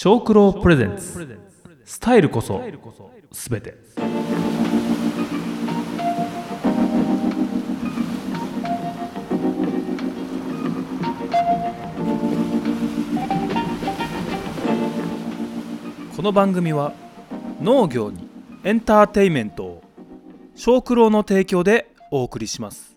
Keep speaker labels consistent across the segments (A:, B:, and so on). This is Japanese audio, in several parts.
A: 小九郎プレゼンツスタイルこそすべてこの番組は農業にエンターテイメントを小九郎の提供でお送りします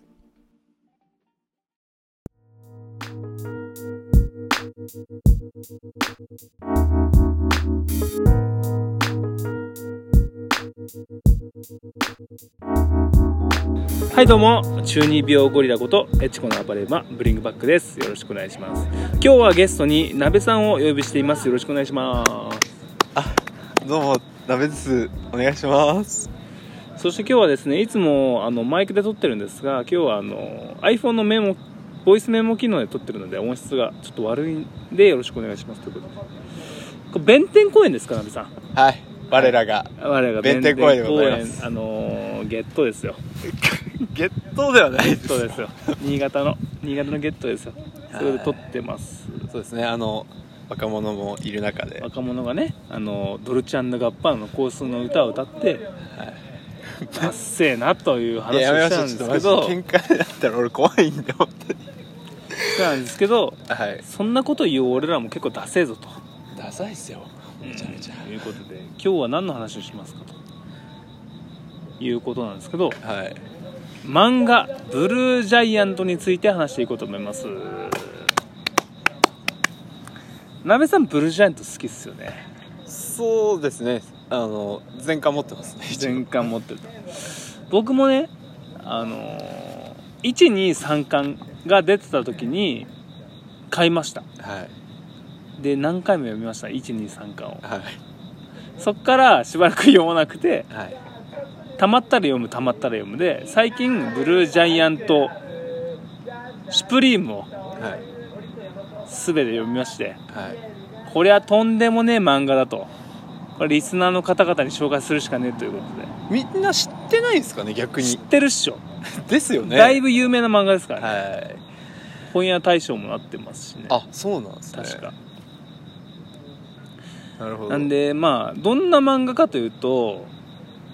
B: はいどうも中二病ゴリラことエチコのアパレルマブリングバックですよろしくお願いします今日はゲストに鍋さんをお呼びしていますよろしくお願いします
C: どうも、ダメです。お願いします。
B: そして今日はですねいつもあのマイクで撮ってるんですが今日はあの iPhone のメモボイスメモ機能で撮ってるので音質がちょっと悪いんでよろしくお願いしますということでこれ弁天公園ですか鍋さん
C: はい、我らが。
B: 我々が
C: 弁天公園でございます
B: 弁天公園あのーゲットですよ
C: ゲットではない
B: ゲ
C: で
B: ッ
C: す。
B: トです よ新潟の新潟のゲットですよそれで撮ってます
C: そうですね、あの、若者もいる中で、
B: 若者がねあのドルチアンドガッパーナの香水の歌を歌って達成なという
C: いや、
B: 話
C: や
B: を
C: め
B: し
C: ました
B: ん
C: ょう。
B: で
C: ち
B: すけ
C: ょっと
B: ど
C: マジで喧嘩だったら俺怖いんで、本当に。
B: そうなんですけど
C: はい。
B: そんなこと言う俺らも結構ダセえぞと
C: ダサいっすよ。めちゃめちゃ。
B: いうことで今日は何の話をしますかということなんですけど
C: はい。
B: 漫画「ブルージャイアント」について話していこうと思います鍋さんブルージャイアント好きっすよね
C: そうですね、あの、全巻持ってますね。一応
B: 全巻持ってると僕もねあのー、123巻が出てた時に買いました
C: はい。
B: で何回も読みました123巻を
C: はい。
B: そっからしばらく読まなくて
C: はい。
B: たまったら読むたまったら読むで最近ブルージャイアントシュプリームを
C: はい。
B: 全て読みまして
C: はい。
B: これはとんでもねえ漫画だとこれリスナーの方々に紹介するしかねえということで
C: みんな知ってないんですかね、逆
B: 知っ
C: に。
B: てるっしょ、
C: ですよね。
B: だいぶ有名な漫画ですからね、
C: はい。
B: 本屋大賞もなってますしね
C: あ、そうなんですね。
B: 確か、
C: なるほど。
B: なんでまあどんな漫画かというと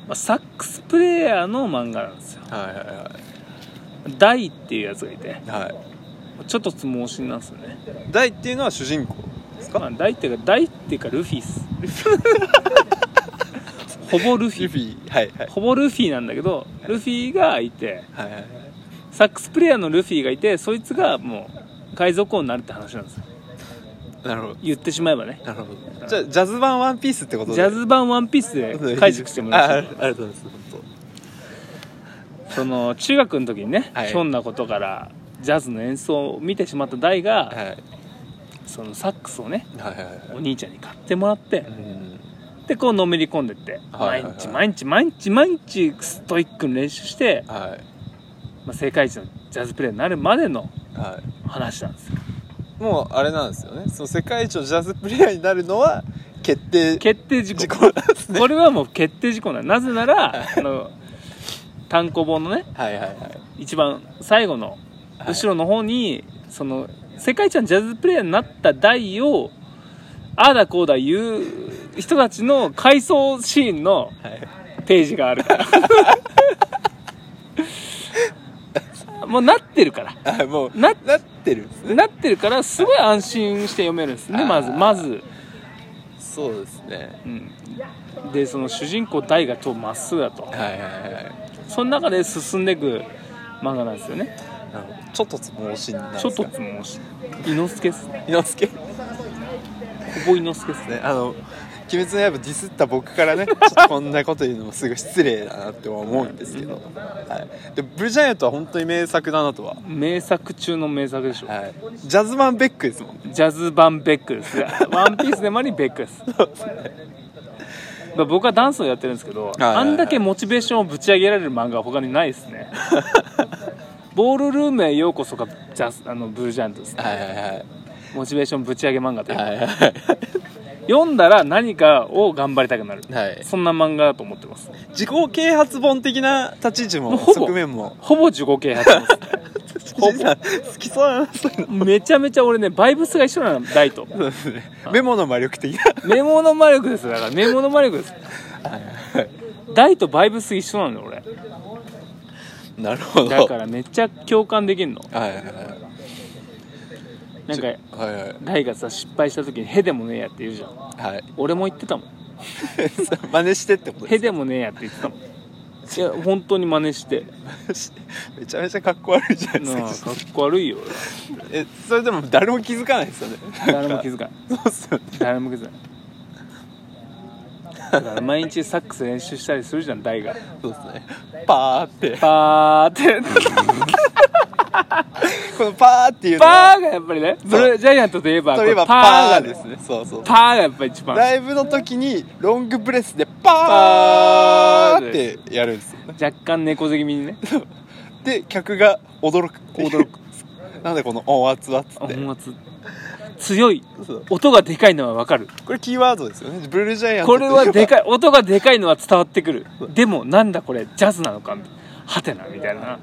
B: まあサックスプレイヤーの漫画なんですよ
C: はいはい
B: ダイっていうやつがいて
C: はい。は
B: ちょっと相撲しなんですよね、
C: い。大っていうのは主人公ですか
B: まあ、ダイっていうかダイっていうかルフィっ すほぼルフィ
C: ルフィはいはい
B: ほぼルフィなんだけどルフィがいて
C: はいはい
B: サックスプレイヤーのルフィがいてそいつがもう海賊王になるって話なんですよ
C: なるほど
B: 言ってしまえばね
C: なるほどじゃあジャズ版ワンピースってことで
B: ジャズ版ワンピースで解釈してもらいました
C: あありありがとうございます本
B: その中学の時にね、
C: はい
B: ひょんなことからジャズの演奏を見てしまった大が、
C: 当はい
B: そのサックスをね
C: はいはいはい
B: お兄ちゃんに買ってもらって
C: うん
B: でこうのめり込んでって、
C: はいはいはい
B: 毎日毎日毎日毎日ストイックに練習して、
C: はい
B: まあ、世界一のジャズプレイヤーになるまでの
C: は
B: 話なんですよ
C: いもうあれなんですよねその世界一のジャズプレイヤーになるのは決定
B: 決定事項
C: 事項なんですね
B: これはもう決定事項なのなぜならあの単行本のね
C: はいはいはい
B: 一番最後の
C: はい
B: 後ろの方に、その世界一のジャズプレイヤーになった代をああだこうだ言う人たちの回想シーンの
C: はい
B: ページがあるから もうなってるから
C: あもう
B: な
C: なってるんですね
B: なってるからすごい安心して読めるんですね
C: あー
B: まずまず、
C: そうですね
B: うん、でその主人公大がとまっすぐだと
C: はいはいはい
B: その中で進んでいく漫画なんですよね
C: なるほどちょっとつもうしんなんです
B: ちょ
C: か
B: っとつもし伊之助っすね
C: 伊之助
B: ほぼ伊之助っすね
C: ね、あの「鬼滅の刃」ディスった僕からねちょっとこんなこと言うのもすごい失礼だなって思うんですけど、はい、でブルージャイアントは本当に名作だなとは、
B: 名作中の名作でしょ、
C: はい、ジャズマン・ベックですもんね
B: ジャズ版ベックですねワンピースでもありベックですまあ僕はダンスをやってるんですけど、
C: いはいはい
B: あんだけモチベーションをぶち上げられる漫画は他にないですねボールルームへようこそがジャズあのブルージャイアントですね
C: はいはいはい
B: モチベーションぶち上げ漫画で、
C: はいはい
B: 読んだら何かを頑張りたくなる、
C: はい
B: そんな漫画だと思ってます
C: 自己啓発本的な立ち位置
B: もう
C: も
B: ほぼ
C: 側面も
B: ほぼ自己啓発ですねほ
C: ジンさん好きそうだなそういう
B: めちゃめちゃ俺ねバイブスが一緒なの大と
C: のそうですねメモの魔力的な
B: メモの魔力ですよだからメモの魔力です大とバイブス一緒なのよ俺
C: なるほど
B: だからめっちゃ共感できるの
C: はいはいはい
B: なんか
C: ちょはいはい
B: 大がさ失敗した時に「へでもねえや」って言うじゃん
C: はい
B: 俺も言ってたもん
C: 真似してってこ
B: 「
C: と
B: へ
C: です
B: でもねえや」って言ってたもんいや本当に真似して
C: めちゃめちゃかっこ悪いじゃない
B: なあ
C: です
B: か
C: か
B: っこ悪いよ
C: えそれでも誰も気づかないですよね
B: 俺誰も気づかない
C: そうっすよね
B: 誰も気づかないだから毎日サックス練習したりするじゃん大が
C: そうですねパーって
B: パーって
C: このパーっていうの
B: パ
C: は
B: ーがやっぱりね
C: う
B: ブルージャイアントといえば
C: といえば
B: これ
C: パ
B: が
C: ーですねそうそう
B: パーがやっぱ一番
C: ライブの時にロングブレスでパーってやるんですよね
B: 若干猫背気味にね
C: で客が驚く驚く なんでこの音圧はっつって
B: 音圧強い
C: そう
B: 音がでかいのはわかる
C: これキーワードですよねブルージャイアント
B: これはで
C: い
B: かい音がでかいのは伝わってくるでもなんだこれジャズなのかハテナみたいな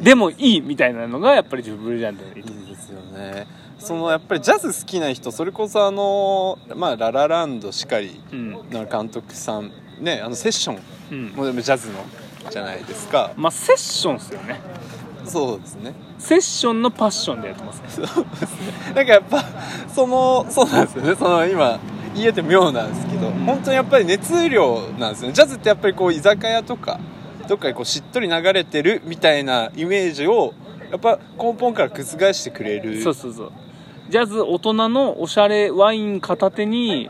B: でもいいみたいなのがやっぱりジブルジャントのいい
C: いですよねそのやっぱりジャズ好きな人それこそあのまあララランドしかり
B: うん
C: の監督さんねあのセッション
B: うん
C: もでもジャズのじゃないですか
B: まあセッションっすよね
C: そうですね
B: セッションのパッションでやってますね
C: なんかやっぱそのそうなんですよねその今言えて妙なんですけど本当にやっぱり熱量なんですよねジャズってやっぱりこう居酒屋とかどっかでこうしっとり流れてるみたいなイメージをやっぱ根本から覆してくれる
B: そうそうそうジャズ大人のおしゃれワイン片手に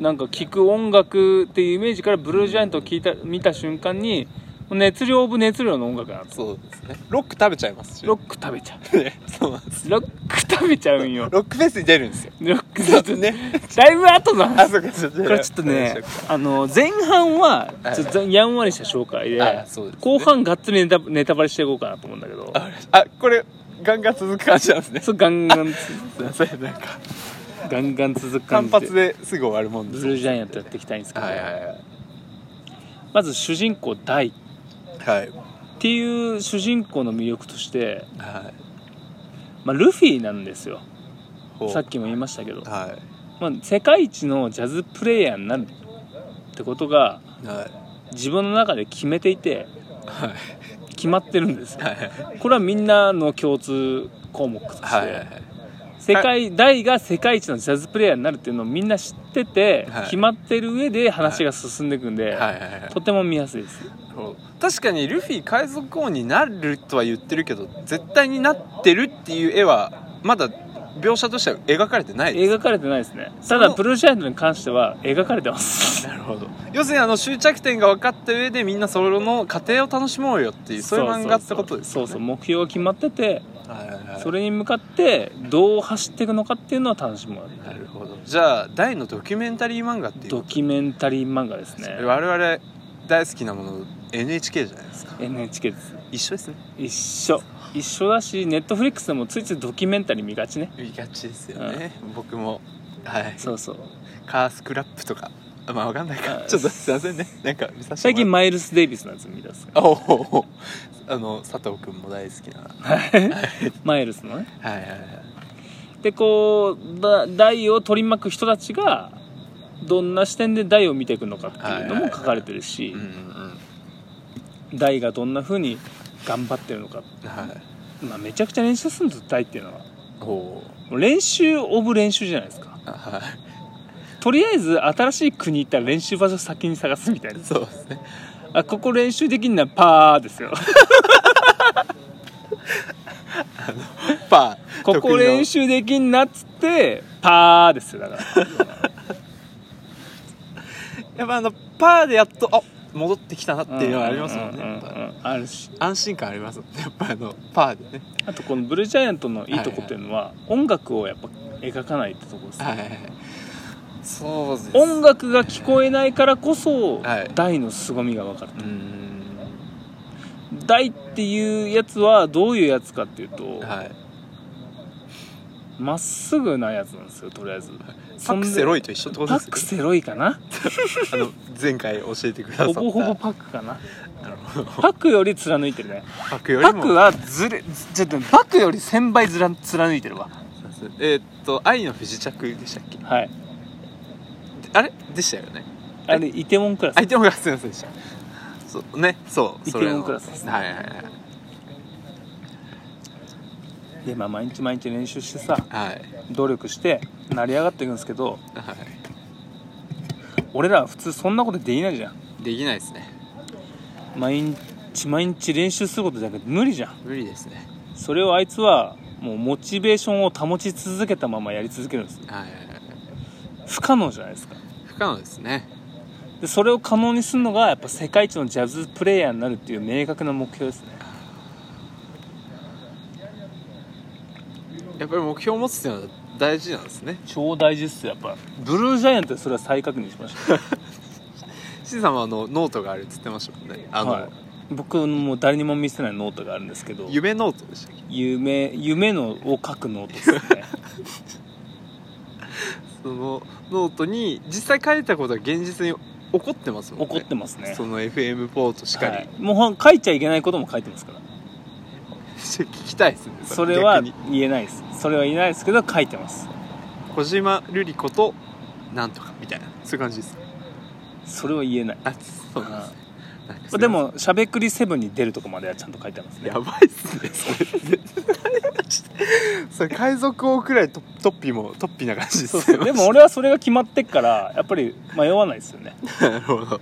B: なんか聴く音楽っていうイメージからブルージャイアントを聞いた見た瞬間に熱量オブ熱量の音楽なんです
C: そうですねロック食べちゃいますし
B: ロック食べちゃ
C: クね そうなんです
B: うロック食べちゃうんよ
C: ロックフェスに出るんですよ
B: ロック
C: ちょ
B: だ
C: っと ね
B: だいぶ後の
C: あ
B: 話
C: そうかちょっと
B: これちょっとねあの前半は
C: はい
B: ちょっとやんわりした紹介で
C: あそうですね
B: 後半がっつりネタネタバレしていこうかなと思うんだけど
C: ああこれガンガン続く感じなんですね
B: そうガンガンつ
C: すいませんなんか
B: ガンガン続く感
C: 単
B: じで
C: 発ですぐ終わるもんで
B: ブ
C: す
B: ルージャイアントやっていきたいんですけど、
C: はいはいはい
B: まず主人公ダイっ
C: はい
B: ていう主人公の魅力として、
C: はい
B: まあ、ルフィなんですよ
C: ほう
B: さっきも言いましたけど、
C: は
B: まあ、世界一のジャズプレイヤーになるってことが
C: いはい
B: 自分の中で決めていて
C: はい
B: 決まってるんですよ
C: はいはい
B: これはみんなの共通項目として、
C: はいはい
B: 世界大が世界一のジャズプレイヤーになるっていうのをみんな知ってて、
C: はい
B: 決まってる上で話が進んでいくんで、
C: はいはいはい
B: とても見やすいです
C: 確かにルフィ海賊王になるとは言ってるけど絶対になってるっていう絵はまだ描写としては描かれてないです
B: 描かれてないですね
C: そ
B: た
C: の
B: だブルージャイアントに関しては描かれてます
C: なるほど要するにあの終着点が分かった上でみんなその過程を楽しもうよっていうそういう漫画ってことです
B: そう
C: よ
B: そうそうそう
C: ね
B: 目標が決まってて、
C: はいはいはい
B: それに向かってどう走っていくのかっていうのを楽しむ
C: なるほどじゃあ大のドキュメンタリー漫画っていう
B: ド
C: こ
B: キュメンタリー漫画です
C: と
B: ね
C: 我々大好きなもの NHK じゃないですか
B: NHK です
C: 一緒ですね
B: 一緒一緒だしネットフリックスでもついついドキュメンタリー見がちね
C: 見がちですよね、僕もはい
B: そうそう
C: カースクラップとかあまあわかんないか
B: あ
C: ちょっとすいませんねなんか見させ
B: 最
C: て
B: 近
C: もら
B: マイルス・デイビスのやつ見出す
C: あおうおうおうあの佐藤君も大好きなはい
B: マイルスのね
C: はいはい
B: でこうだ台を取り巻く人たちがどんな視点で台を見ていくのかっていうのも書かれてるし、
C: うんうんうん
B: 大がどんな風に頑張ってるのか、
C: はい
B: まあ、めちゃくちゃ練習するんです大っていうのは
C: おお
B: もう練習オブ練習じゃないですか
C: うはい
B: とりあえず新しい国行ったら練習場所先に探すみたいな
C: そうですね
B: あここ練習できんのはパー ですよ
C: パー
B: ここ練習できんなっつってパーですよだから
C: 得意のやっぱあのパーでやっとあ戻ってきた なっていうのはありますもんね
B: ううう
C: やっ
B: う
C: ぱ
B: んあるし
C: 安心感ありますもんねやっぱあのパーでね
B: あとこのブルージャイアントのいいとこっていうのは音楽をやっぱ描かないってとこです
C: はいはいはいそうです
B: 音楽が聞こえないからこそ
C: はい
B: 大の凄みが分かる
C: うーん
B: 大っていうやつはどういうやつかっていうと
C: はい
B: まっすぐなやつなんですよとりあえず
C: パクセロイと一緒ってことで
B: パ
C: す
B: ックセロイかな
C: あの前回教えてくださっ
B: ほ
C: た
B: ぼほぼパックかなパックより貫いてるね
C: パ クよ
B: パ
C: り
B: ック
C: も
B: はずれずちょっとパックより1000倍ずら貫いてるわ
C: えーっと「愛の不時着」でしたっけ
B: はい
C: あれでしたよね
B: あれイテウォンクラス
C: 相手もクラスでしたそうねそう
B: イテ
C: そ
B: ウォン
C: れの
B: クラスですね
C: はいはいはい
B: でまあ毎日毎日練習してさ
C: はい
B: 努力して成り上がっていくんですけど
C: は
B: 俺らは普通そんなことできないじゃん
C: いできないですね
B: 毎日毎日練習することじゃなくて無理じゃん
C: 無理ですね
B: それをあいつはもうモチベーションを保ち続けたままやり続けるんです
C: はいはいはい
B: 不可能じゃないですか
C: 不可能ですね
B: でそれを可能にするのがやっぱ世界一のジャズプレイヤーになるっていう明確な目標ですね
C: やっぱり目標を持つっていうのは大事なんですね
B: 超大事っすよやっぱブルージャイアントでそれは再確認しました、
C: しんさんはあのノートがあるって言ってましたもんねあの、
B: はい、僕もう誰にも見せないノートがあるんですけど
C: 夢ノートでしたっけ
B: 夢夢のを書くノート ですね
C: そのノートに実際書いたことが現実に起こってますもんね
B: 怒ってますね
C: その FM ポートしかり、
B: はい、もうほん書いちゃいけないことも書いてますから
C: 聞きたいですね
B: それは
C: 逆に
B: 言えないですそれは言えないですけど書いてます
C: 小島瑠璃子となんとかみたいなそういう感じです
B: それは言えない
C: あそうなんですねなんかすいません
B: でもしゃべくりセブンに出るとこまではちゃんと書いてますね
C: やばいっすねそれ それ海賊王くらいトトッピーもトッピーな感じで
B: そう
C: す
B: そ
C: ね
B: うでも俺はそれが決まってっからやっぱり迷わないですよね
C: なるほど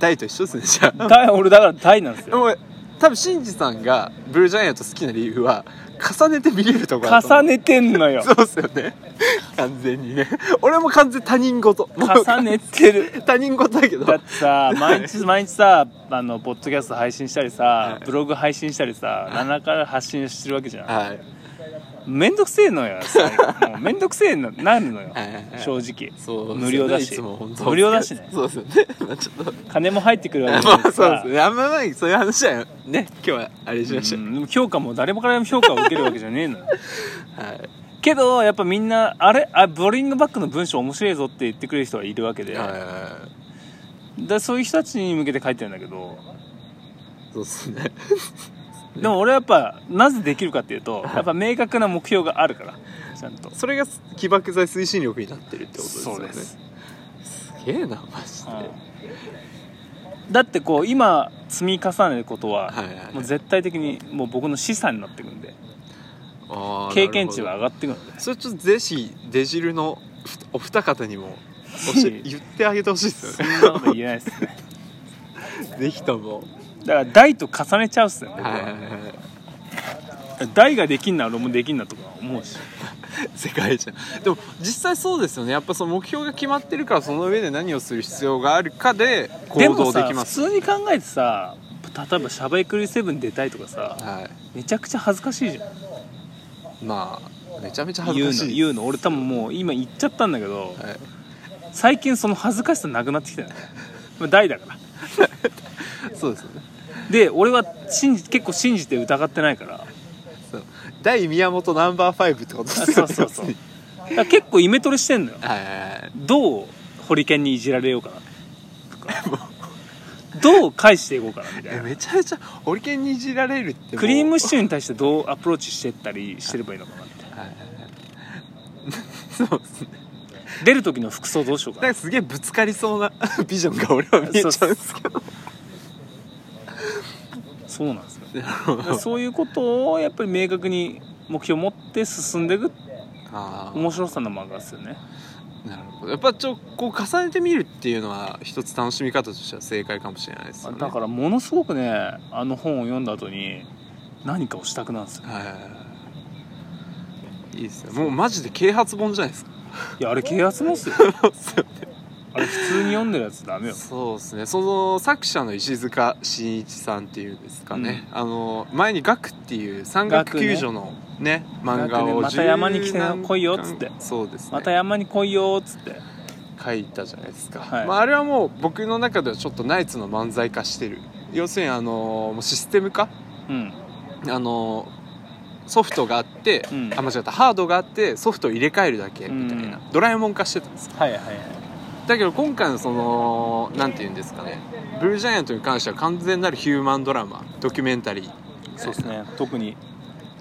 C: 大と一緒ですねじゃあ
B: 大俺だから大なんです
C: で
B: よ
C: も多分シンジさんがブルージャイアント好きな理由は重ねて見れるところ
B: 重
C: ね
B: ねてんのよ
C: そうっすよね完全にね俺も完全他人事もう
B: 重ねてる
C: 他人事だけど
B: だって さ毎日毎日さあのポッドキャスト配信したりさ
C: はい
B: ブログ配信したりさ7から発信してるわけじゃん
C: はい
B: めんどくせえのよそれもうめんどくせえのなるのよ
C: はいはいはい
B: 正直
C: そうですね
B: 無料だし
C: いつも本当
B: 無料だしね
C: そうですよねまあちょっと
B: 金も入ってくるわけじゃない
C: ま
B: で
C: あ
B: す
C: そうで
B: か
C: すねあんまないそういう話はね今日はあれしまし
B: う
C: ょうん
B: でも評価も誰もからも評価を受けるわけじゃねえのよ
C: はい
B: けどやっぱみんなあれあボーリングバックの文章面白いぞって言ってくれる人はいるわけで,、
C: は
B: でそういう人たちに向けて書いてるんだけど
C: いそうですね
B: でも俺はやっぱなぜできるかっていうとやっぱ明確な目標があるからちゃんと
C: それが起爆剤推進力になってるってことですよ
B: そう
C: ね
B: です、
C: すげえなマジで、
B: うんだってこう今積み重ねることは、
C: はいはいはい
B: もう絶対的にもう僕の資産になってくんで
C: あー
B: 経験値
C: な
B: は
C: る
B: 上がってくんで
C: ほどそれちょっとぜひデジルのお二方 にも教え言ってあげてほしいです
B: そ
C: よ
B: ん
C: ね
B: なこと言えないですね
C: ぜひとも
B: だから大と重ねちゃうっすよね僕
C: はいはい
B: は
C: はい
B: 大ができんなら俺もできんなとか思うし
C: 世界一でも実際そうですよねやっぱその目標が決まってるからその上で何をする必要があるかで行
B: でも
C: 動で
B: さ
C: きま
B: 普
C: す
B: 通に考えてさ例えば「シャバイクリセブン出たい」とかさ
C: は
B: めちゃくちゃ恥ずかしいじゃ
C: いまあめちゃめちゃ
B: ん
C: 恥
B: 言
C: ず
B: う
C: か
B: の
C: しい
B: 言うの俺多分もう今言っちゃったんだけど
C: はい
B: 最近その恥ずかしさなくなってきたよねまあ大だから
C: そうですよね
B: で俺は信じ結構信じて疑ってないから
C: そう大宮本ナンバー5ってことです
B: そ
C: よ
B: う
C: ね
B: そう そうだから結構イメトレしてんのよ
C: はいはいはい
B: どうホリケンにいじられようかなとかどう返していこうかなみたい
C: え
B: な
C: めちゃめちゃホリケンにいじられるってもう
B: クリームシチューに対してどうアプローチしてったりしてればいいのかなみたいな
C: はいはいはいそうですね
B: 出る時の服装どうしようか
C: なん
B: な
C: かすげえぶつかりそうな ビジョンが俺は見えちゃうんですけど
B: そうなんですよ
C: なるほ
B: だから
C: ど
B: そういうことをやっぱり明確に目標を持って進んでいく
C: あー
B: 面白さの漫画ですよね
C: なるほどやっぱちょこう重ねてみるっていうのは一つ楽しみ方としては正解かもしれないですよね
B: だからものすごくねあの本を読んだ後に何かをしたくなるんですよ
C: はいはいはいいいですねもうマジで啓発本じゃないですか
B: いやあれ啓発もっ すよあれ普通に読んでるやつダメよ
C: そうですねその作者の石塚真一さんっていうんですかね、あの前に「ガク」っていう山岳救助のね漫画
B: 学ね
C: を
B: また山に来て
C: 十何
B: 来いよっつって
C: そうですね
B: また山に来いよーっつって
C: 書いたじゃないですか、
B: はい
C: まあ、あれはもう僕の中ではちょっとナイツの漫才化してる要するにあのもうシステム化
B: うん
C: あのソフトがあって、
B: うん
C: あ間違ったハードがあってソフトを入れ替えるだけみたいな、ドラえもん化してたんですよ
B: はいはいはい
C: だけど今回のそのなんて言うんですかねブルージャイアントに関しては完全なるヒューマンドラマドキュメンタリー
B: そうですね特に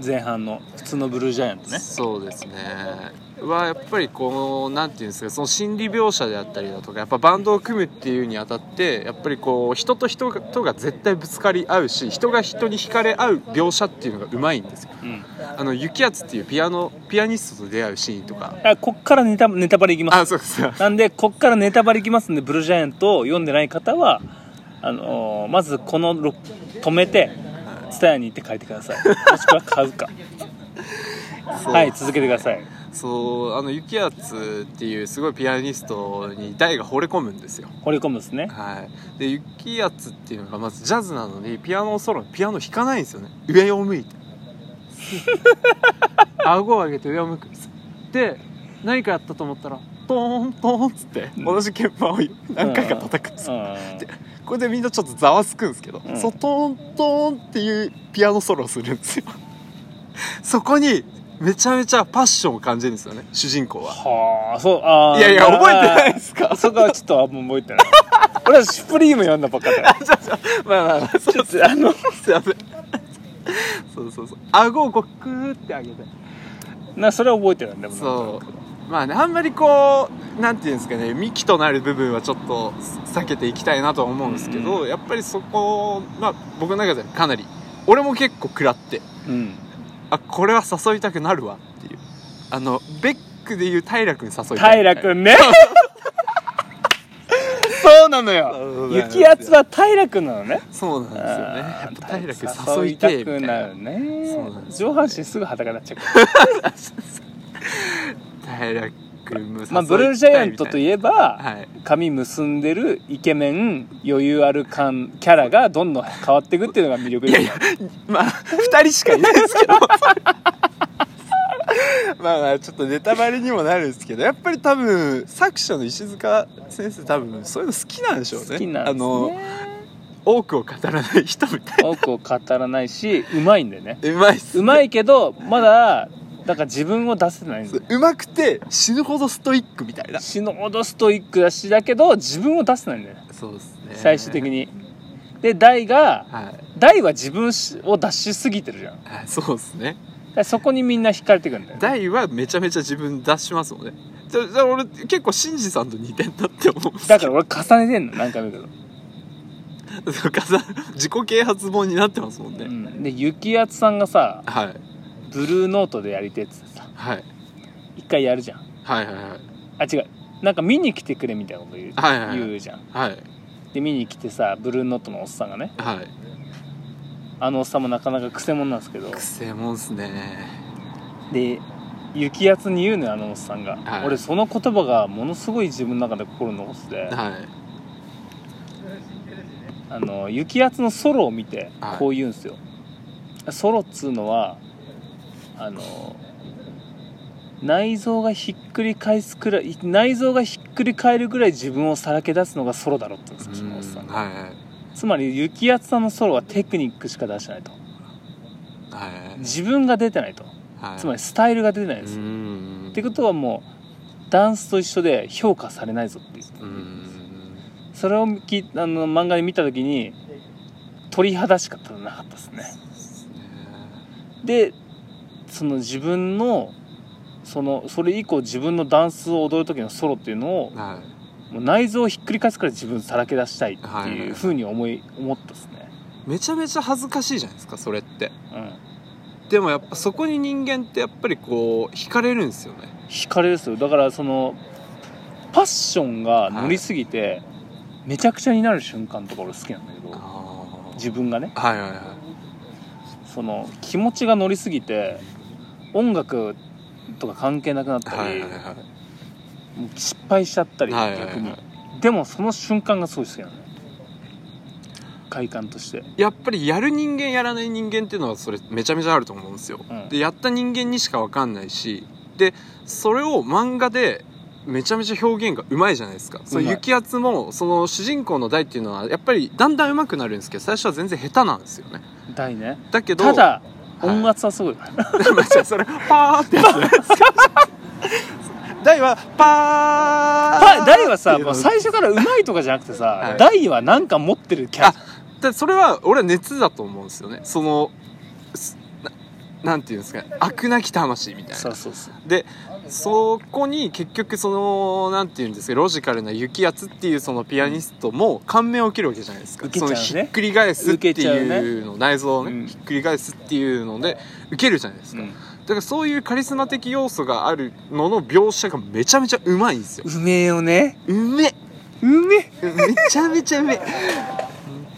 B: 前半の普通のブルージャイアントね
C: そうですねはやっぱりこうなんていうんですかその心理描写であったりだとかやっぱバンドを組むっていうにあたってやっぱりこう人と人がとが絶対ぶつかり合うし人が人に惹かれ合う描写っていうのがうまいんですよ
B: うん
C: あの雪圧っていうピアノピアニストと出会うシーンとか
B: あこっからネタネタバレいきます
C: あそうです
B: なんでこっからネタバレいきますんでブルージャイアントを読んでない方はあのーまずこのろ止めて蔦屋に行って書いてくだ さいもしくは買うか
C: そう
B: はい続けてください
C: そうあの雪圧っていうすごいピアニストに大が惚れ込むんですよ
B: 惚れ込むですね
C: はいで雪圧っていうのがまずジャズなのにピアノをソロにピアノ弾かないんですよね上を向い て顎を上げて上を向くんですで何かやったと思ったらトーントーンっつって
B: うん
C: 同じ鍵盤を何回か叩くんですよ
B: う
C: これでみんなちょっとざわつくんですけど、
B: うん
C: そうトーントーンっていうピアノソロをするんですよそこにめちゃめちゃパッションを感じるんですよね主人公
B: ん
C: は
B: はあそうあー
C: いやいや覚えてないですか
B: あそこはちょっとあんま覚えてない 俺は「シュプリーム読んだばっかだよ
C: まあまあまあ
B: ちょっとあの
C: すいませんそうそうそう顎をこうクーって上げて
B: なそれは覚えてないんだもん
C: そうまあねあんまりこうなんていうんですかね幹となる部分はちょっと避けていきたいなとは思うんですけど、
B: うん
C: やっぱりそこまあ僕の中ではかなり俺も結構食らって
B: う、うん、
C: あこれは誘いたくなるわっていうあのベックでいう平君誘いたい
B: 平君ねそうなの
C: そ う
B: よ
C: なんです
B: 雪
C: よ
B: 圧は平君なのね
C: そうなんですよねやっぱ平
B: あ
C: 君
B: ー
C: 誘いてえ
B: く
C: みたい
B: な
C: な
B: るね
C: そうなんですよ
B: 上半身すぐ裸になっちゃうから
C: 平君も誘いたいみたいな
B: まあブルージャイアントといえば
C: はい
B: 髪結んでるイケメン余裕ある感キャラがどんどん変わっていくっていうのが魅力
C: い
B: で
C: やい
B: す
C: や、まあ、二人しかいないですけど。 まあまあ、ちょっとネタバレにもなるんですけど、やっぱり多分、作者の石塚先生多分、そういうの好きなんでしょうね。
B: 好きなんです
C: あの、
B: ね
C: 多くを語らない人みたいな。
B: 多くを語らないしうまいんでね
C: うまいっす。
B: うまいけどまだだから自分を出せないんだよ
C: うまくて、死ぬほどストイックみたいな。
B: 死ぬほどストイックだしだけど自分を出せないんだよね
C: そうですね。
B: 最終的
C: に。
B: にで大が
C: はい。
B: 大は自分を出しすぎてるじゃんだか
C: はいそうですね。
B: らそこにみんな惹かれてくんだよね
C: 大はめちゃめちゃ自分出しますもんね。じゃ、じゃあ俺、結構、シンジさんと似てんだって思うんですけど
B: だから俺重ねてんの何回も言うけど、
C: そうかさ自己啓発本になってますもんね。
B: うん、で雪圧さんがさ
C: はい。
B: ブルーノートでやりてっつってさ
C: はい。
B: 一回やるじゃん
C: はいはいはい
B: あ違うなんか見に来てくれみたいなこと言う,、
C: はいはいはい
B: 言うじゃん
C: はい
B: で見に来てさブルーノートのおっさんがね
C: はい
B: あのおっさんもなかなかくせ者なんですけど
C: くせえもんっすね
B: で雪圧に言うのよあのおっさんが、
C: はい
B: 俺その言葉がものすごい自分の中で心に残ってて
C: はい
B: あの雪圧のソロを見て
C: はい
B: こう言うんですよ、ソロっつうのはあの内臓がひっくり返すくらい内臓がひっくり返るぐらい自分をさらけ出すのがソロだろって言うんですよそのおっさんが
C: はいはい
B: つまり雪圧さんのソロはテクニックしか出してないと
C: はい
B: 自分が出てないと
C: はい
B: つまりスタイルが出てないん
C: う
B: ですよ、
C: ーん
B: ってことはもうダンスと一緒で評価されないぞっていう
C: うーん
B: それをきあの漫画で見た時に鳥肌しか立たなかったですねでその自分のそのそれ以降自分のダンスを踊る時のソロっていうのを
C: は
B: もう内臓をひっくり返すから自分さらけ出したいって
C: はいはい
B: い
C: は
B: う
C: い
B: ふうに思い思ったですね、
C: いめちゃめちゃ恥ずかしいじゃないですかそれって
B: うん
C: でもやっぱそこに人間ってやっぱりこう惹かれるんですよね
B: 惹かれですよだからそのパッションが乗りすぎて、めちゃくちゃになる瞬間とか俺好きなんだけど
C: あ
B: 自分がね
C: はいはいは
B: その気持ちが乗りすぎて音楽とか関係なくなった
C: い
B: り、
C: はいはいはい
B: もう失敗しちゃったり、
C: はいはいはい
B: 逆にでもその瞬間がすごい好きなのよ快感として、
C: やっぱりやる人間やらない人間っていうのはそれめちゃめちゃあると思うんですよ
B: うん
C: でやった人間にしか分かんないしでそれを漫画でめちゃめちゃ表現がうまいじゃないですかその
B: うまい
C: 雪圧もその主人公の大っていうのはやっぱりだんだんうまくなるんですけど最初は全然下手なんですよね
B: 大ね
C: だけど
B: ただ
C: はい
B: 音圧はすごい、
C: まあじゃあそれパーっ てやつ台はパ
B: だ
C: ー
B: 大はさ、
C: っていう
B: ま
C: の
B: あ、最初からうまいとかじゃなくてさ、
C: はい
B: 大はなんか持ってるキャラ
C: あだそれは俺は熱だと思うんですよねそのすななんていうんですか悪なき魂みたい
B: そ
C: な
B: うそうそう
C: でそこに結局そのなんていうんですかロジカルな雪圧っていうそのピアニストも感銘を受けるわけじゃないですか、
B: 受けち
C: そ
B: ゃう
C: の
B: ね
C: ひっくり返すって
B: 受けちゃう
C: いうの内臓をね、
B: うん
C: ひっくり返すっていうので受けるじゃないですか、
B: うん
C: だからそういうカリスマ的要素があるのの描写がめちゃめちゃうまいんですよ
B: うめえよね
C: うめえ
B: うめえ
C: めちゃめちゃうめえ本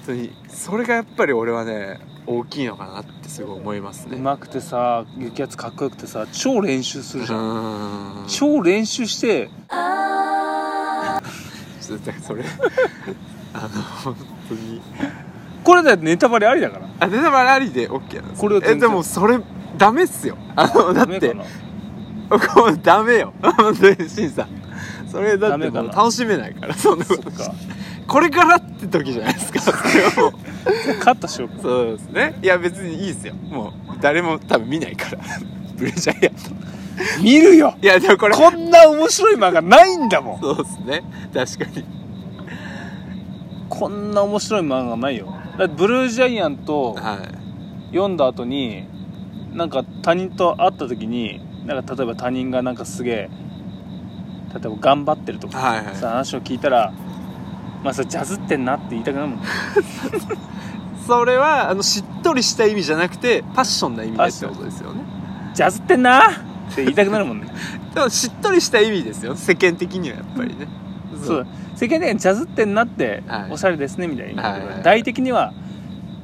C: 当にそれがやっぱり俺はね大きいのかなってすごい思いますね
B: うまくてさ激アツかっこよくてさ超練習するじゃん、
C: うーんちょ
B: 超練習して
C: っとそれあの本当に
B: これだよネタバレありだから
C: あネタバレありで OK なんです
B: これは全
C: え
B: 然
C: でもそれダメっすよあのだ
B: ダ
C: っ
B: メ
C: て
B: かな
C: こうダメよ 本当にシンさんそれだ
B: ダ
C: って
B: メ
C: も
B: か
C: う
B: な
C: 楽しめないからそんな
B: そ
C: こ
B: っ
C: と
B: か
C: これからって時じゃないですかそれはもう
B: カットしようか
C: そうですねいや別にいいですよもう誰も多分見ないからブルージャイアント
B: 見るよ
C: いやでもこれ
B: こんな面白い漫画ないんだもん
C: そうですね確かに
B: こんな面白い漫画ないよだってブルージャイアント
C: はい
B: 読んだ後になんか他人と会った時になんか例えば他人がなんかすげえ例えば頑張ってるとか
C: はい
B: さ
C: は
B: 話を聞いたら「まあそれジャズってんな」って言いたくなるもん
C: いそれはあのしっとりした意味じゃなくてパッションな意味でってことですよね
B: 「ジャズってんな」って言いたくなるもんね
C: でもしっとりした意味ですよ世間的にはやっぱりね
B: そうだ世間的には「ジャズってんな」って「
C: はい
B: おしゃれですね」みたいに言うけど、
C: はいはいはい
B: 大的には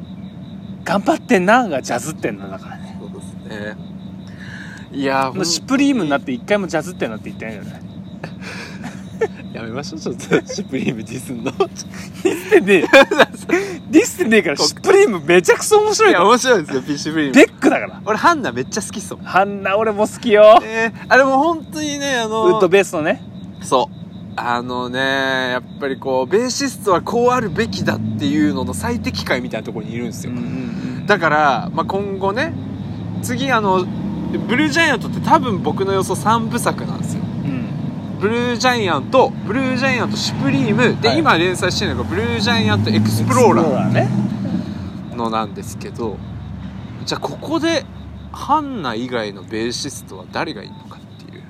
B: 「頑張ってんな」が「ジャズってんな」だからね
C: そうですねいやーほん
B: もうシュプリームになって一回も「ジャズってんな」って言ってないよね
C: やめましょうちょっとシュプリームディスん
B: デ
C: の
B: ィスってねえよディスってねえからシュプリームめちゃくそ面白
C: い
B: いか
C: や
B: ら
C: 面白いですよピシュプリーム
B: デックだから
C: 俺ハンナめっちゃ好きそう
B: ハンナ俺も好きよ
C: えー、あれもう本当にねあ
B: ウ
C: の
B: ッドベースのね
C: そうあのねやっぱりこうベーシストはこうあるべきだっていうのの最適解みたいなところにいるんですよ、だから、まあ、今後ね次あのブルージャイアントって多分僕の予想3部作なんですよ
B: うん
C: ブルージャイアントブルージャイアントシュプリームで、
B: はい
C: 今連載してるのがブルージャイアントエクスプロー
B: エクスプロー
C: ラ
B: ラーね
C: ーのなんですけどじゃあここでハンナ以外のベーシストは誰がいいのかっていう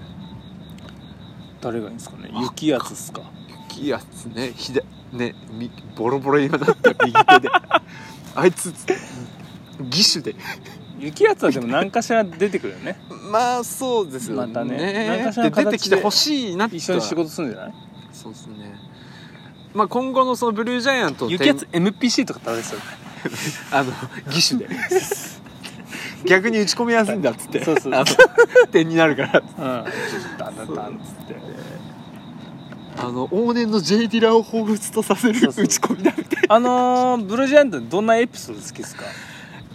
B: 誰がいいんですかね雪やつっすか
C: いいやつねひだねみボロボロ今だった右 手であいつ義手で
B: 雪やつはでも何かしら出てくるよ ね
C: まあそうですよね
B: またね何かしらの
C: で
B: 形
C: 出
B: で
C: てきてほしいなって
B: 一緒に仕事するんじゃない
C: そうですねまあ今後のそのブルージャイアントの
B: 雪やつ MPC とか食べ てたよね
C: あの義手で逆に打ち込みやすいんだっつって
B: そうそう
C: あの点になるから
B: うんダンダンダンっつって
C: あの往年の J ・ディラを彷彿とさせる
B: そうそう
C: 打ち込みだみたい
B: あのーブルージャイアントどんなエピソード好きですか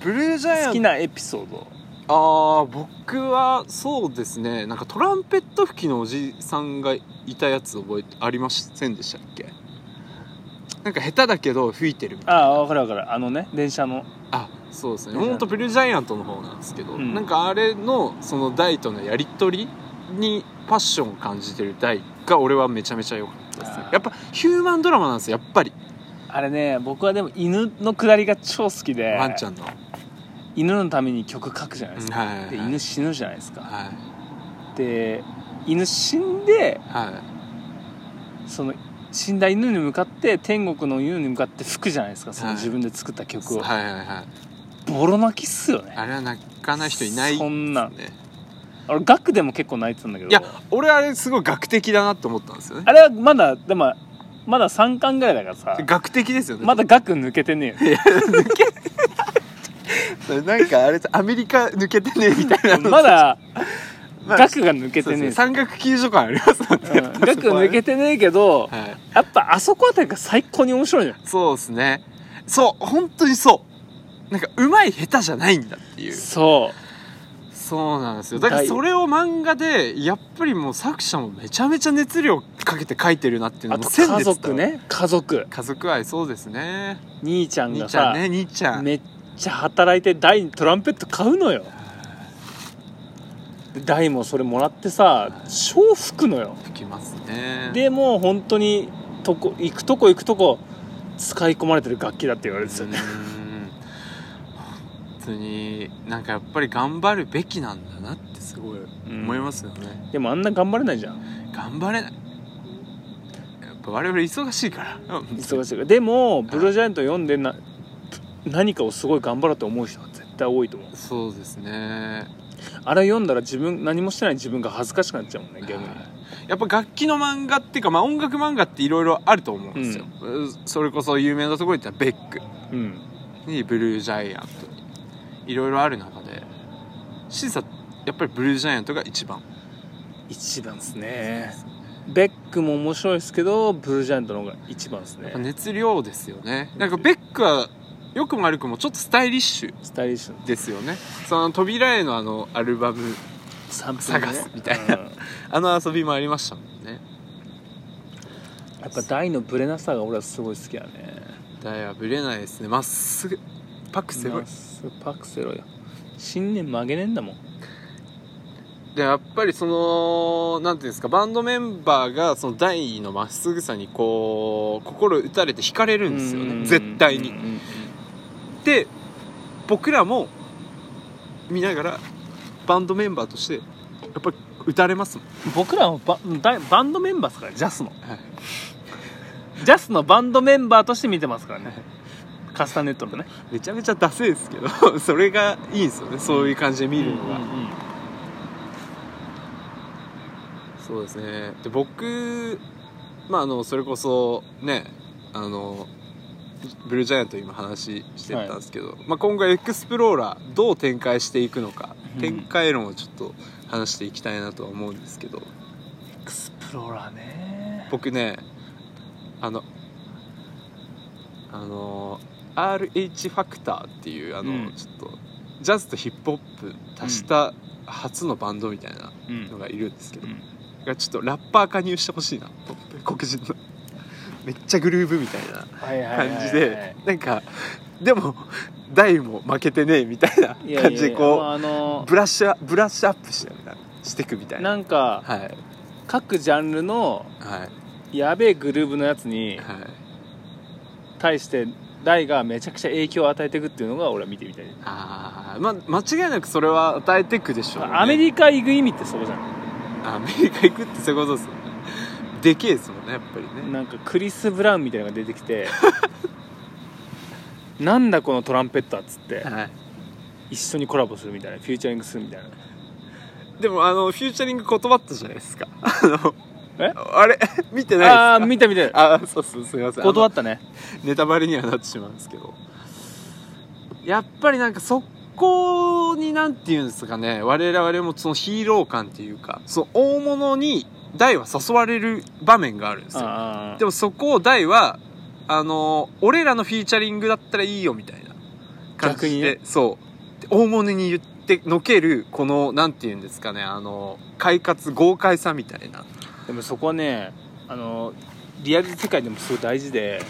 C: ブルージャイアン
B: 好
C: ト
B: きなエピソード
C: あー僕はそうですねなんかトランペット吹きのおじさんがいたやつ覚えてありませんでしたっけなんか下手だけど吹いてるみたい
B: ああ分かる分かるあのね電車の
C: あそうですねほんとブルージャイアントの方なんですけど、
B: うん
C: なんかあれのその大とのやり取りにパッションを感じてる大が俺はめちゃめちゃ良かったですね
B: あー
C: やっぱヒューマンドラマなんですよやっぱり
B: あれね僕はでも犬のくだりが超好きで
C: ワンちゃんの、
B: 犬のために曲書くじゃないですか、
C: はいはい
B: で犬死ぬじゃないですか
C: はい
B: で犬死んで
C: はい
B: その死んだ犬に向かって天国の犬に向かって吹くじゃないですかその
C: はい
B: 自分で作った曲を、
C: はいはいはい
B: ボロ泣きっすよね
C: あれは泣かない人いない
B: そんな
C: ね
B: 俺楽でも結構泣いてたんだけど
C: いや俺あれすごい学的だなって思ったんですよね
B: あれはまだでもまだ3巻ぐらいだからさ
C: 学的ですよね
B: まだ楽抜けてねえよ
C: なんかあれアメリカ抜けてねみたい な の
B: まだ
C: まあ
B: 楽が抜け
C: そう
B: て
C: です
B: ねえ
C: ね山岳救助感ありますもんね
B: うん楽抜けてねえけど
C: はい
B: やっぱあそこあたりが最高に面白いのよ
C: そうですねそう本当にそうなんかうまい下手じゃないんだっていう
B: そう
C: そうなんですよだからそれを漫画でやっぱりもう作者もめちゃめちゃ熱量かけて書いてるなっていうの
B: あ
C: も
B: と
C: 線
B: 家
C: で伝わる
B: 族ね家族
C: 家族愛そうですね
B: 兄ちゃん
C: 兄
B: が
C: ちゃ
B: さ
C: んね兄ちゃん
B: めっちゃ働いて大にトランペット買うのよで大もそれもらってさ超吹くのよ
C: 吹きますね
B: でもう本当にとこ行くとこ行くとこ使い込まれてる楽器だって言われてた
C: う
B: よ
C: ん
B: ね
C: 本当になんかやっぱり頑張るべきなんだなってすごい思いますよね、
B: でもあんな頑張れないじゃん
C: 頑張れないやっぱ我々忙しいから
B: 忙しいからでもブルージャイアント読んでな何かをすごい頑張ろうと思う人は絶対多いと思う
C: そうですね
B: あれ読んだら自分何もしてない自分が恥ずかしくなっちゃうもんね逆に
C: やっぱ楽器の漫画っていうか、まあ、音楽漫画っていろいろあると思うんですよ、それこそ有名なところで言ったらベック
B: うん
C: にブルージャイアントにいろいろある中で審査やっぱりブルージャイアントが一番
B: 一番ですねベックも面白いですけどブルージャイアントの方が一番です
C: や
B: ね
C: っぱ熱量ですよねなんかベックはよくも悪くもちょっとスタイリッシュ
B: スタイリッシュな
C: ですよねその扉へのあのアルバム
B: サンプルね
C: 探すみたいな
B: うん
C: あの遊びもありましたもんね
B: やっぱ大のブレなさが俺はすごい好きやね
C: ダイヤぶれないですねまっすぐパクセロ
B: ま
C: イ
B: っすぐパクセロよ信念曲げねえんだもん
C: でやっぱりそのなんていうんですかバンドメンバーがその大のまっすぐさにこう心打たれて惹かれるんですよ
B: う
C: ね
B: ん
C: 絶対
B: う
C: に
B: んうん
C: で僕らも見ながらバンドメンバーとしてやっぱり打たれますもん
B: 僕らはバ大バンドメンバーですからジャスの
C: はい
B: ジャスのバンドメンバーとして見てますからねカスタネットのね
C: めちゃめちゃダセいですけど それがいいんですよねそういう感じで見るのが、
B: うんうんうん
C: そうですねで僕まああのそれこそねあのブルージャイアント今話してたんですけど、まあ、今後エクスプローラーどう展開していくのか、
B: うん
C: 展開論をちょっと話していきたいなとは思うんですけど
B: エクスプローラーね
C: 僕ねあのあの RH ファクターっていうあの、
B: うん
C: ちょっとジャズとヒップホップ足した初のバンドみたいな
B: うん
C: のがいるんですけど、
B: うん
C: がちょっとラッパー加入してほしいなと思って黒人のめっちゃグルーブみたいな
B: はいはいはいはい
C: 感じでなんかでも大も負けてねえみたいな
B: やい
C: い
B: やいや
C: 感じでこ
B: あ
C: う
B: の
C: ブラッシュアブラッシュアップしてみたいなしてくみたいな
B: なんか
C: はい
B: 各ジャンルの
C: はい
B: やべえグルーブのやつに
C: はい
B: 対して大がめちゃくちゃ影響を与えていくっていうのが俺は見てみたい
C: ああま間違いなくそれは与えてくでしょう、ね、
B: アメリカ行く意味ってそうじゃ
C: カアメリカ行くってそういうことですよねでけえですもんねやっぱり
B: ん
C: ね
B: なんかクリス・ブラウンみたいなのが出てき てなんだこのトランペッターっつって
C: はい
B: 一緒にコラボするみたいなフューチャリングするみたいな
C: でもあのフューチャリング断ったじゃないですかあの
B: え
C: あれ 見てないですか
B: ああー見た見た
C: あそうそうすみません
B: 断
C: 断
B: ったね
C: ネタバレにはなってしまうんですけどやっぱりなんかそこになんて言うんですかね我々もそのヒーロー感っていうかその大物に大は誘われる場面があるんですよ
B: あー
C: でもそこを大はあの俺らのフィーチャリングだったらいいよみたいな感
B: 逆に
C: じで、
B: ね
C: そうで大物に言ってのけるこのなんて言うんですかねあの快活豪快さみたいな、はい、
B: でもそこはねあのリアル世界でもすごい大事で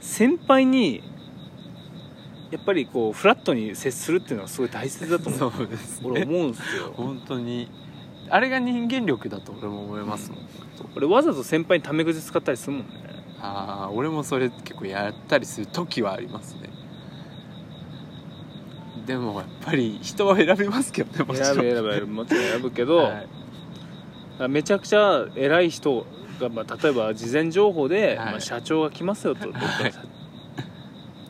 B: 先輩にやっぱりこうフラットに接するっていうのはすごい大切だと 思う
C: そうですね
B: 俺思うんですよ
C: 本当にあれが人間力だと俺も思いますもん、
B: 俺わざと先輩にタメ口使ったりするもんね
C: ああ俺もそれ結構やったりする時はありますねでもやっぱり人は選びますけどねもちろ
B: 選
C: ん
B: ぶ選ぶ選ぶもちろん選ぶけど、
C: はい
B: めちゃくちゃ偉い人が、まあ、例えば事前情報で、
C: はい
B: まあ、社長が来ますよと、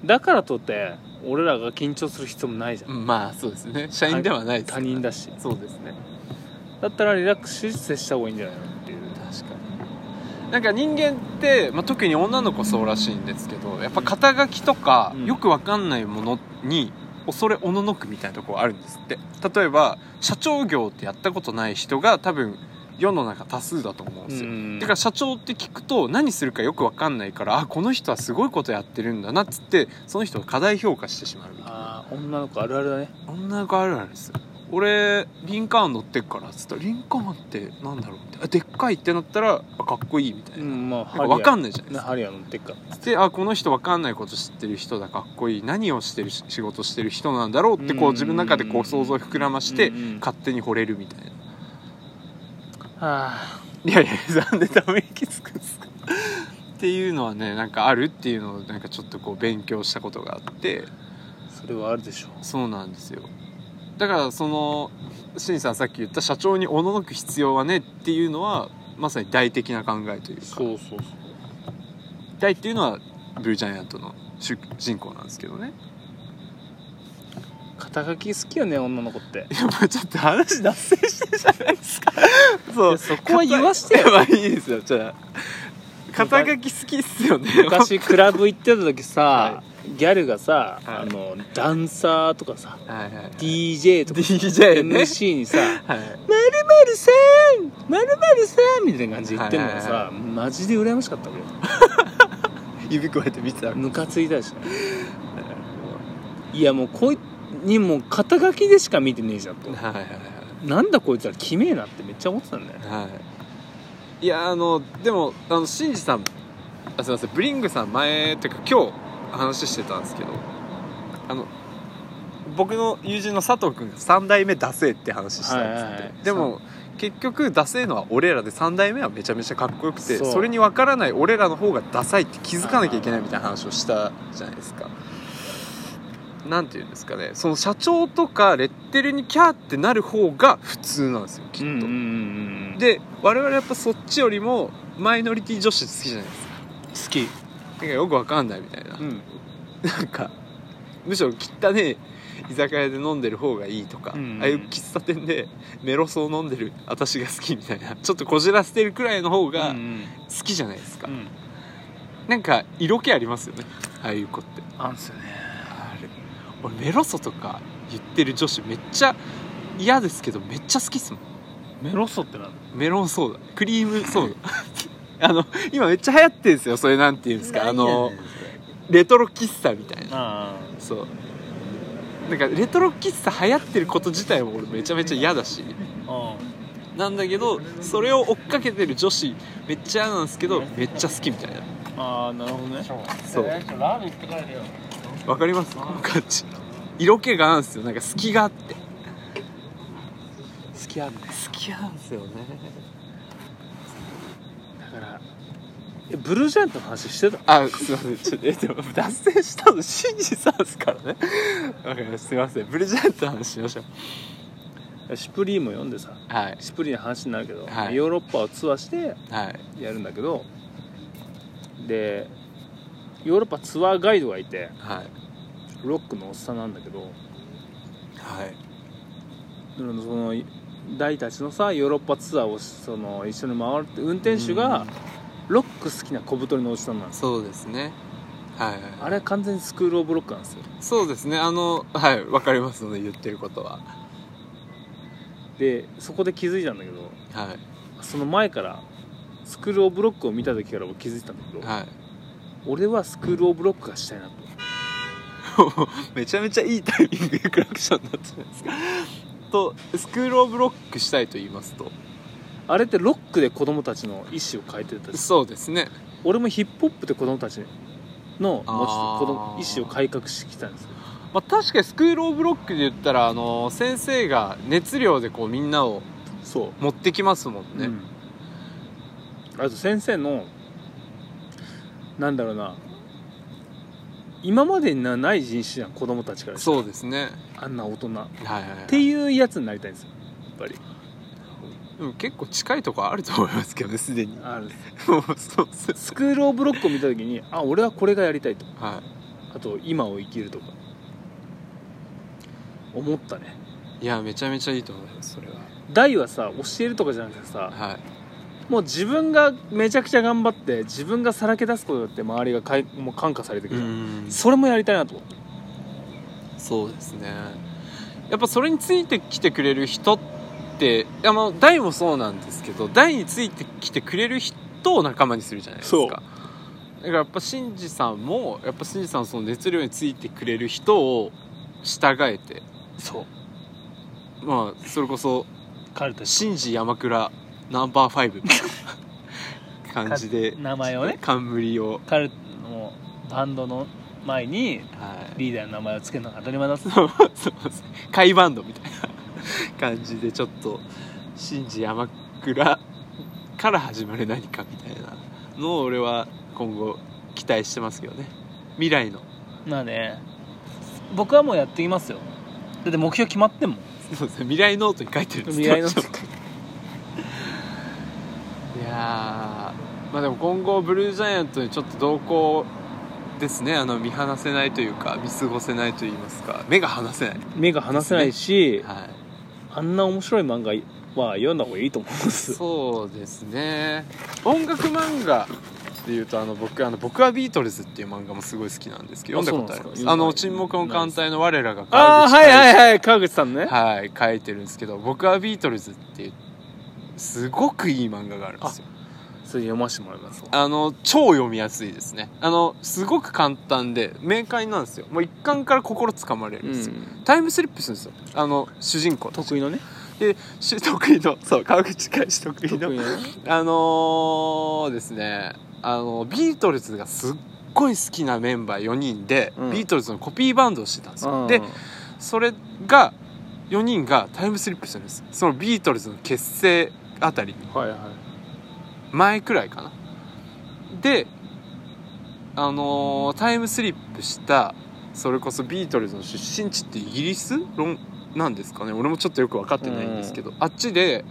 B: だからとって俺らが緊張する必要もないじゃん、
C: まあそうですね社員ではないです
B: 他人だし
C: そうですね
B: だったらリラックスして接した方がいいんじゃないのっていう
C: 確かになんか人間って、まあ、特に女の子そうらしいんですけどやっぱ肩書きとか、
B: うん
C: よくわかんないものに恐れおののくみたいなところあるんですって例えば社長業ってやったことない人が多分世の中多数だと思うんですよ、
B: うん
C: だから社長って聞くと何するかよくわかんないからあこの人はすごいことやってるんだなっつってその人を過大評価してしまうみたいな
B: ああ女の子あるあるだね
C: 女の子あるあるですよ俺リンカーン乗ってっからっつったらリンカーンってなんだろうみたいなあでっかいってなったらあかっこいいみたいな、
B: ん、まあ
C: なんかわかんないじゃないですか
B: ハリアー乗ってっか
C: であこの人わかんないこと知ってる人だかっこいい何をしてるし仕事してる人なんだろうって
B: う
C: こうん自分の中でこう想像を膨らまして
B: うんうん
C: 勝手に惚れるみたいな
B: あ
C: いやいやなんでため息つくんですかっていうのはねなんかあるっていうのをなんかちょっとこう勉強したことがあって
B: それはあるでしょう
C: そうなんですよだからそのしんさんさっき言った社長におののく必要はねっていうのはまさに大的な考えというか
B: そうそうそう
C: 大っていうのはブルージャイアントの主人公なんですけどね
B: 肩書き好きよね女の子って
C: いやもうちょっと話脱線してるじゃないですか そ
B: いやそこは言わしてよ
C: よまあいいですよじゃあ肩書き好きっすよね
B: 昔クラブ行ってた時さ、
C: は
B: ギャルがさ、
C: はい
B: あのダンサーとかさ
C: はいはい
B: DJ とか
C: DJ ね
B: MC にさ「
C: はい
B: まるまるさんまるまるさん」みたいな感じで言ってんのがさ、
C: はいは
B: マジで羨ましかったわけよ
C: 指くわえて見てた
B: ムカついたしねいやもうこいにもう肩書きでしか見てねえじゃんと
C: はいはい
B: なんだこいつらきめえなってめっちゃ思ってたんだよね
C: はいはいいやあのでもあのシンジさんあすいませんブリングさん前っていうか今日話してたんですけどあの僕の友人の佐藤君が3代目ダセえって話したんですって、
B: はいはいはい
C: でも結局ダセえのは俺らで3代目はめちゃめちゃかっこよくて
B: そ
C: そうれに分からない俺らの方がダサいって気づかなきゃいけないみたいな話をしたじゃないですかなんていうんですかねその社長とかレッテルにキャーってなる方が普通なんですよきっと、
B: うんうんうんうんで
C: で我々やっぱそっちよりもマイノリティ女子好きじゃないですか
B: 好き
C: なんかよくわかんないみたいな、
B: うん
C: なんかむしろ汚ねえ居酒屋で飲んでる方がいいとか、
B: うん
C: ああいう喫茶店でメロスを飲んでる私が好きみたいなちょっとこじらせてるくらいの方
B: が、
C: が好きじゃないですか、
B: うん
C: なんか色気ありますよねああいう子って
B: あんすよね
C: あれ俺メロソとか言ってる女子めっちゃ嫌ですけどめっちゃ好きっすもん
B: メロソってなん
C: メロンソーダクリームソーダ あの今めっちゃ流行ってるんですよそれなんていうんですかあのレトロ喫茶みたいな
B: あ
C: そうなんかレトロ喫茶流行ってること自体も俺めちゃめちゃ嫌だし
B: あ
C: なんだけどそれを追っかけてる女子めっちゃ嫌なんですけどめっちゃ好きみたいな
B: ああなるほどね
C: そうわかりますこの感じ色気があるんですよなんか隙があって
B: 好きあんね
C: 隙があるんですよね
B: だからえブルージャイアントの話してた
C: あすいませんちょっとえでも脱線したのシンジさんですからねわかりましたすいませんブルジャーって話しましょう
B: シュプリーム読んでさ
C: はい
B: シュプリームの話になるけど、
C: はい
B: ヨーロッパをツアーして
C: はい
B: やるんだけどでヨーロッパツアーガイドがいて
C: はい
B: ロックのおっさんなんだけど
C: はい
B: その大たちのさヨーロッパツアーをその一緒に回るって運転手
C: う
B: が
C: ん
B: ロック好きな小太りのおじさんなんですよ
C: そうですねはい
B: あれは完全にスクール・オブ・ロックなんですよ
C: そうですねあのはいわかりますので言ってることは
B: でそこで気づいたんだけど
C: はい
B: その前からスクール・オブ・ロックを見た時から僕気づいたんだけど、
C: はい
B: 俺はスクール・オブ・ロックがしたいなと
C: めちゃめちゃいいタイミングでクラクションになったじゃないですかとスクール・オブ・ロックしたいと言いますと
B: あれってロックで子供たちの意思を変えてたし
C: そうですね
B: 俺もヒップホップで子供たちの持ち
C: あー
B: 子供意思を改革してきたんですよ
C: まあ、確かにスクール・オブ・ロックで言ったらあの先生が熱量でこうみんなを
B: そ
C: 持ってきますもん
B: う
C: ね、
B: うんあと先生のなんだろうな今までになない人種じゃん子供たちからしたら
C: そうですね
B: あんな大人っ
C: はいはい、はい、
B: ていうやつになりたいんですよやっぱり
C: でも結構近いとこあると思いますけどねすでに も
B: ある
C: うそうそう
B: スクール・オブ・ロックを見た時にあ俺はこれがやりたいと
C: は
B: あと今を生きるとか思ったね
C: いいやめちゃめちゃいいと思いますそれは
B: 大はさ教えるとかじゃなくてさ
C: はい
B: もう自分がめちゃくちゃ頑張って自分がさらけ出すことによって周りがかいもう感化されてくる、
C: ん
B: それもやりたいなと思って
C: そうですねやっぱそれについてきてくれる人っていやまあ大もそうなんですけど大についてきてくれる人を仲間にするじゃないですか
B: そう
C: だからやっぱシンジさんもやっぱシンジさんのその熱量についてくれる人を従えて
B: そう
C: まあそれこそ
B: カルタ
C: 新次山倉ナンバー5みたいな感じで
B: 名前をね
C: 冠を
B: カルのバンドの前に
C: はい
B: リーダーの名前を付けるのが当たり前だった
C: そうそうです貝バンドみたいな感じでちょっと新次山倉から始まる何かみたいなのを俺は今後期待してますけどね未来の
B: まあね僕はもうやっていきますよだって目標決まってんもん
C: そうですね未来ノートに書いてるっつっ
B: 未
C: て
B: 来
C: ま
B: の
C: したもんいやーまあでも今後ブルージャイアントにちょっと動向ですねあの見放せないというか見過ごせないと言いますか目が離せない、
B: 目が離せないし、
C: は
B: あんな面白い漫画は読んだ方がいいと思うんで
C: い、
B: す
C: そうですね音楽漫画でいうとあの僕あの僕はビートルズっていう漫画もすごい好きなんですけど
B: あ
C: 読んだことあります
B: そうな
C: あ
B: ん
C: の
B: ですか
C: 沈黙の艦隊の我らが
B: ああ
C: 川口
B: はいはい
C: い
B: はい川口さんね
C: はい書いてるんですけど僕はビートルズっていうすごくいい漫画があるんですよ
B: それ読ませてもらいます
C: あの、超読みやすいですね。あの、すごく簡単で、明快なんですよ。もう一巻から心つかまれるんですよ。タイムスリップするんですよ。あの、主人公たち
B: 得意のね
C: で、し得意の、そう、川口海士得意
B: 得
C: の。
B: 意のね
C: あのー、ですね、あの、ビートルズがすっごい好きなメンバー4人で、
B: うん
C: ビートルズのコピーバンドをしてたんですよ。
B: で
C: で、それが、4人がタイムスリップするんです。そのビートルズの結成あたりに。
B: はいはい
C: 前くらいかなであのータイムスリップしたそれこそビートルズの出身地ってイギリスロンなんですかね俺もちょっとよく分かってないんですけど、あっちで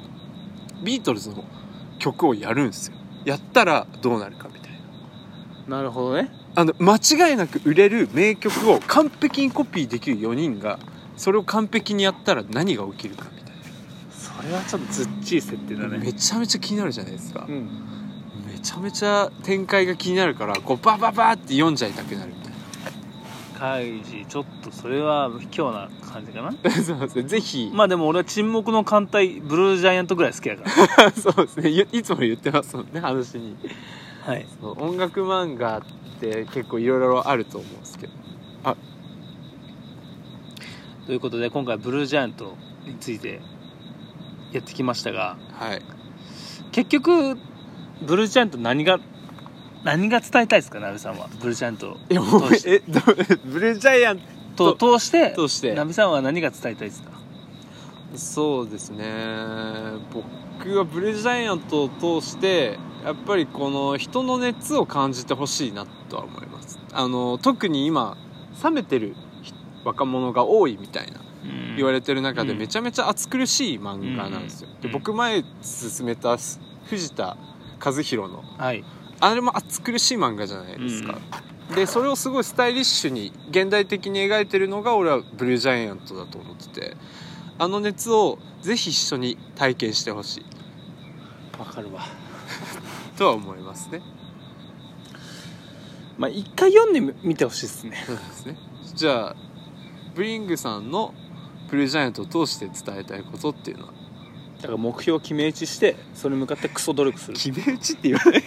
C: ビートルズの曲をやるんですよやったらどうなるかみたいな
B: なるほどね
C: あの間違いなく売れる名曲を完璧にコピーできる4人がそれを完璧にやったら何が起きるかみたい
B: それはちょっとずっちい設定だ
C: な、
B: ね
C: めちゃめちゃ気になるじゃないですか、
B: うん
C: めちゃめちゃ展開が気になるからこうバババって読んじゃいたくなるみたい
B: カイジちょっとそれは卑怯な感じかな
C: なそうですねぜひ、
B: まあでも俺は沈黙の艦隊ブルージャイアントぐらい好きやから
C: そうですねゆいつも言ってますもんね話に
B: はい
C: そう音楽漫画って結構いろいろあると思うんですけど
B: ということで今回ブルージャイアントについてやってきましたが
C: はい
B: 結局ブルージャイアント何が何が伝えたいですかなべさんはブルージャイアント
C: えもう
B: 通して
C: えどブルージャイアン
B: と通して
C: トとして
B: なべさんは何が伝えたいですか
C: そうですね僕はブルージャイアントを通してやっぱりこの人の熱を感じてほしいなとは思いますあの特に今冷めてる若者が多いみたいな言わ
B: れ
C: れてる中で
B: うん
C: めちゃめちゃ暑苦しい漫画なんですよ、
B: ん
C: で僕前勧めた藤田和弘の
B: はい
C: あれも暑苦しい漫画じゃないですか、でそれをすごいスタイリッシュに現代的に描いてるのが俺はブルージャイアントだと思っててあの熱をぜひ一緒に体験してほしい
B: わかるわ
C: とは思います ね
B: まあ一回読んでみ見てほしいですね
C: そうですねじゃあブリングさんのブルージャイアントを通して伝えたいことっていうのは
B: だから目標を決め打ちしてそれに向かってクソ努力する
C: 決め打ちって言わない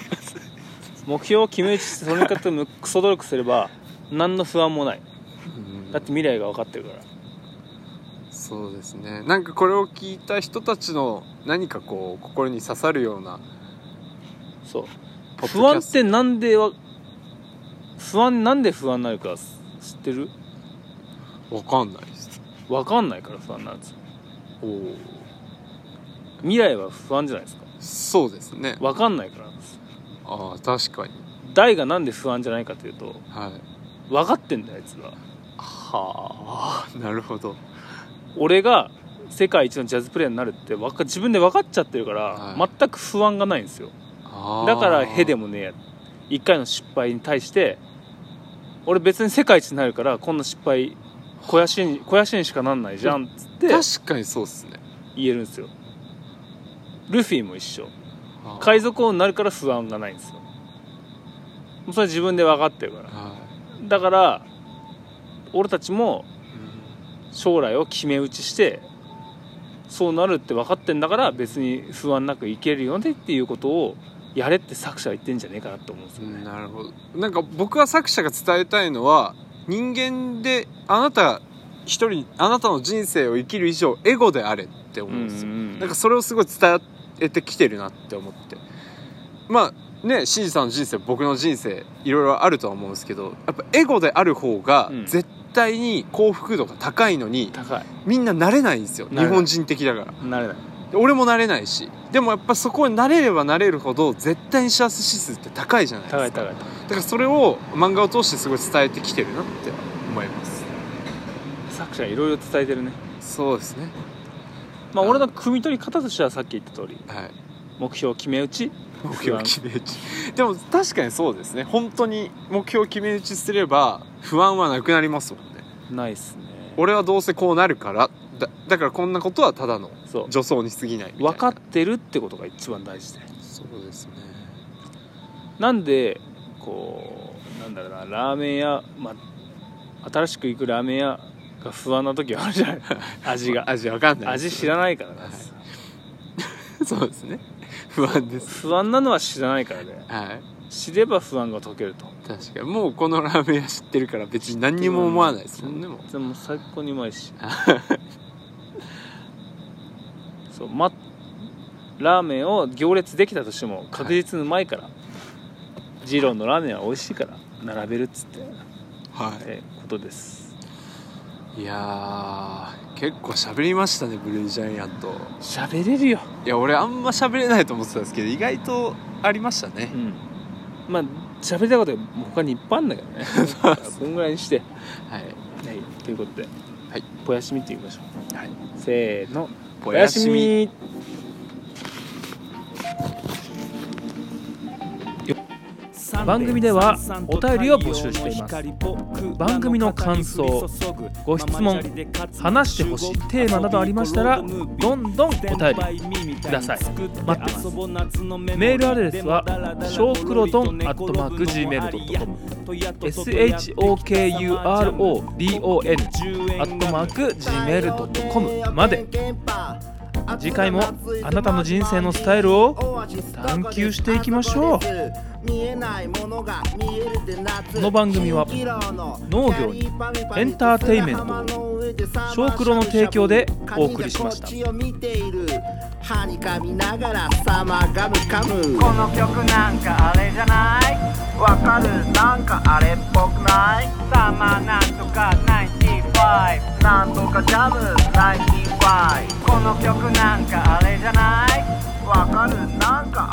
B: 目標を決め打ちしてそれに向かってむ クソ努力すれば何の不安もないだって未来が分かってるから
C: そうですねなんかこれを聞いた人たちの何かこう心に刺さるような
B: そう
C: ポッ
B: 不安
C: ド
B: っ
C: キャス
B: てなんでわ不安なんで不安になるか知ってる
C: トわかんないです
B: 分かんないから不安なんですよ
C: おお
B: 未来は不安じゃないですか
C: そうですね
B: 分かんないからなんです
C: ああ確かに
B: 大がなんで不安じゃないかというと
C: はい
B: 分かってんだよあいつは
C: はあな るほど
B: 俺が世界一のジャズプレイヤーになるってわか自分で分かっちゃってるから、
C: はい
B: 全く不安がないんですよ
C: あー
B: だからへでもねえ一回の失敗に対して俺別に世界一になるからこんな失敗肥やしに肥やしにしかなんないじゃんっつって
C: 確かにそうっすね
B: 言えるんですよルフィも一緒
C: あー
B: 海賊王になるから不安がないんですよもうそれは自分で分かってるから
C: は
B: だから俺たちも
C: い
B: 将来を決め打ちしてそうなるって分かってんだから別に不安なくいけるよねっていうことをやれって作者は言ってんじゃねえかなと思うんです
C: う
B: よ
C: ん
B: ね、
C: なるほどなんか僕は作者が伝えたいのは人間であなた一人あなたの人生を生きる以上エゴであれって思うんですよ、なんかそれをすごい伝えてきてるなって思ってまあねシンジさんの人生僕の人生いろいろあるとは思うんですけどやっぱエゴである方が
B: うん
C: 絶対に幸福度が高いのに、
B: 高い
C: みんな慣れないんですよ
B: なれな
C: 日
B: い
C: 本人的だから
B: なれない
C: で俺も慣れないしでもやっぱそこに慣れれば慣れるほど絶対に幸せ指数って高いじゃないです
B: 高
C: か
B: い高い
C: だからそれを漫画を通してすごい伝えてきてるなって思います
B: 作者いろいろ伝えてるね
C: そうですね
B: まあ俺の汲み取り方としてはさっき言った通り
C: はい
B: 目標決め打ち
C: 目標決め打ちでも確かにそうですね本当に目標決め打ちすれば不安はなくなりますもんね
B: ないっすね
C: 俺はどうせこうなるからだだからこんなことはただの
B: そう
C: 助走に過ぎないみたいな
B: 分かってるってことが一番大事で
C: そうですね
B: なんでこうなんだろうなラーメン屋、まあ、新しく行くラーメン屋が不安な時はあるじゃない味が
C: 味わかんない
B: 味知らないから
C: は
B: ない
C: そうですね不安です
B: 不安なのは知らないからで
C: はい
B: 知れば不安が解けると
C: 確かにもうこのラーメン屋知ってるから別に何にも思わないですもんねもう
B: でも最高にうまい しそう、ま、ラーメンを行列できたとしても確実にうまいから、二郎のラーメンは美味しいから並べるっつって、
C: は
B: えことです
C: いいやー結構喋りましたねブルージャイアント
B: 喋れるよ
C: いや俺あんま喋れないと思ってたんですけど意外とありましたね
B: うんまあ喋りたいことは他にいっぱいあるんだけど ねこんぐらいにして、は
C: はい
B: い、ということで、
C: はい、
B: ぽやしみって言いましょう、
C: はい、
B: せーの
C: おやすみ
A: 番組ではお便りを募集してい
D: ます
A: 番組の感想ご質問話してほしいテーマなどありましたらどんどんお便
D: りください待ってますメールアドレスは
A: り
D: シ
A: シ
D: ョ
A: ョ
D: ー
A: ー
D: ク
A: ク
D: ロ
A: ロ
D: ド
A: ド
D: ン
A: ン
D: ア
A: ア
D: ッ
A: ッ
D: ト
A: ト
D: マ
A: マ
D: ー
A: ー
D: ク
A: ク Gmail.com
D: Gmail.com
A: SHOKURODON アットマーク Gmail.com まで次回もあなたの人生のスタイルを
E: 探求していきましょうこの番組は農業にエンターテイメント小黒の提供でお送りしました歯に噛みながら様ガムカム
F: この曲なんかあれじゃないわかるなんかあれっぽくないサマーなんとか95なんとかジャム95この曲なんかあれじゃないわかるなんか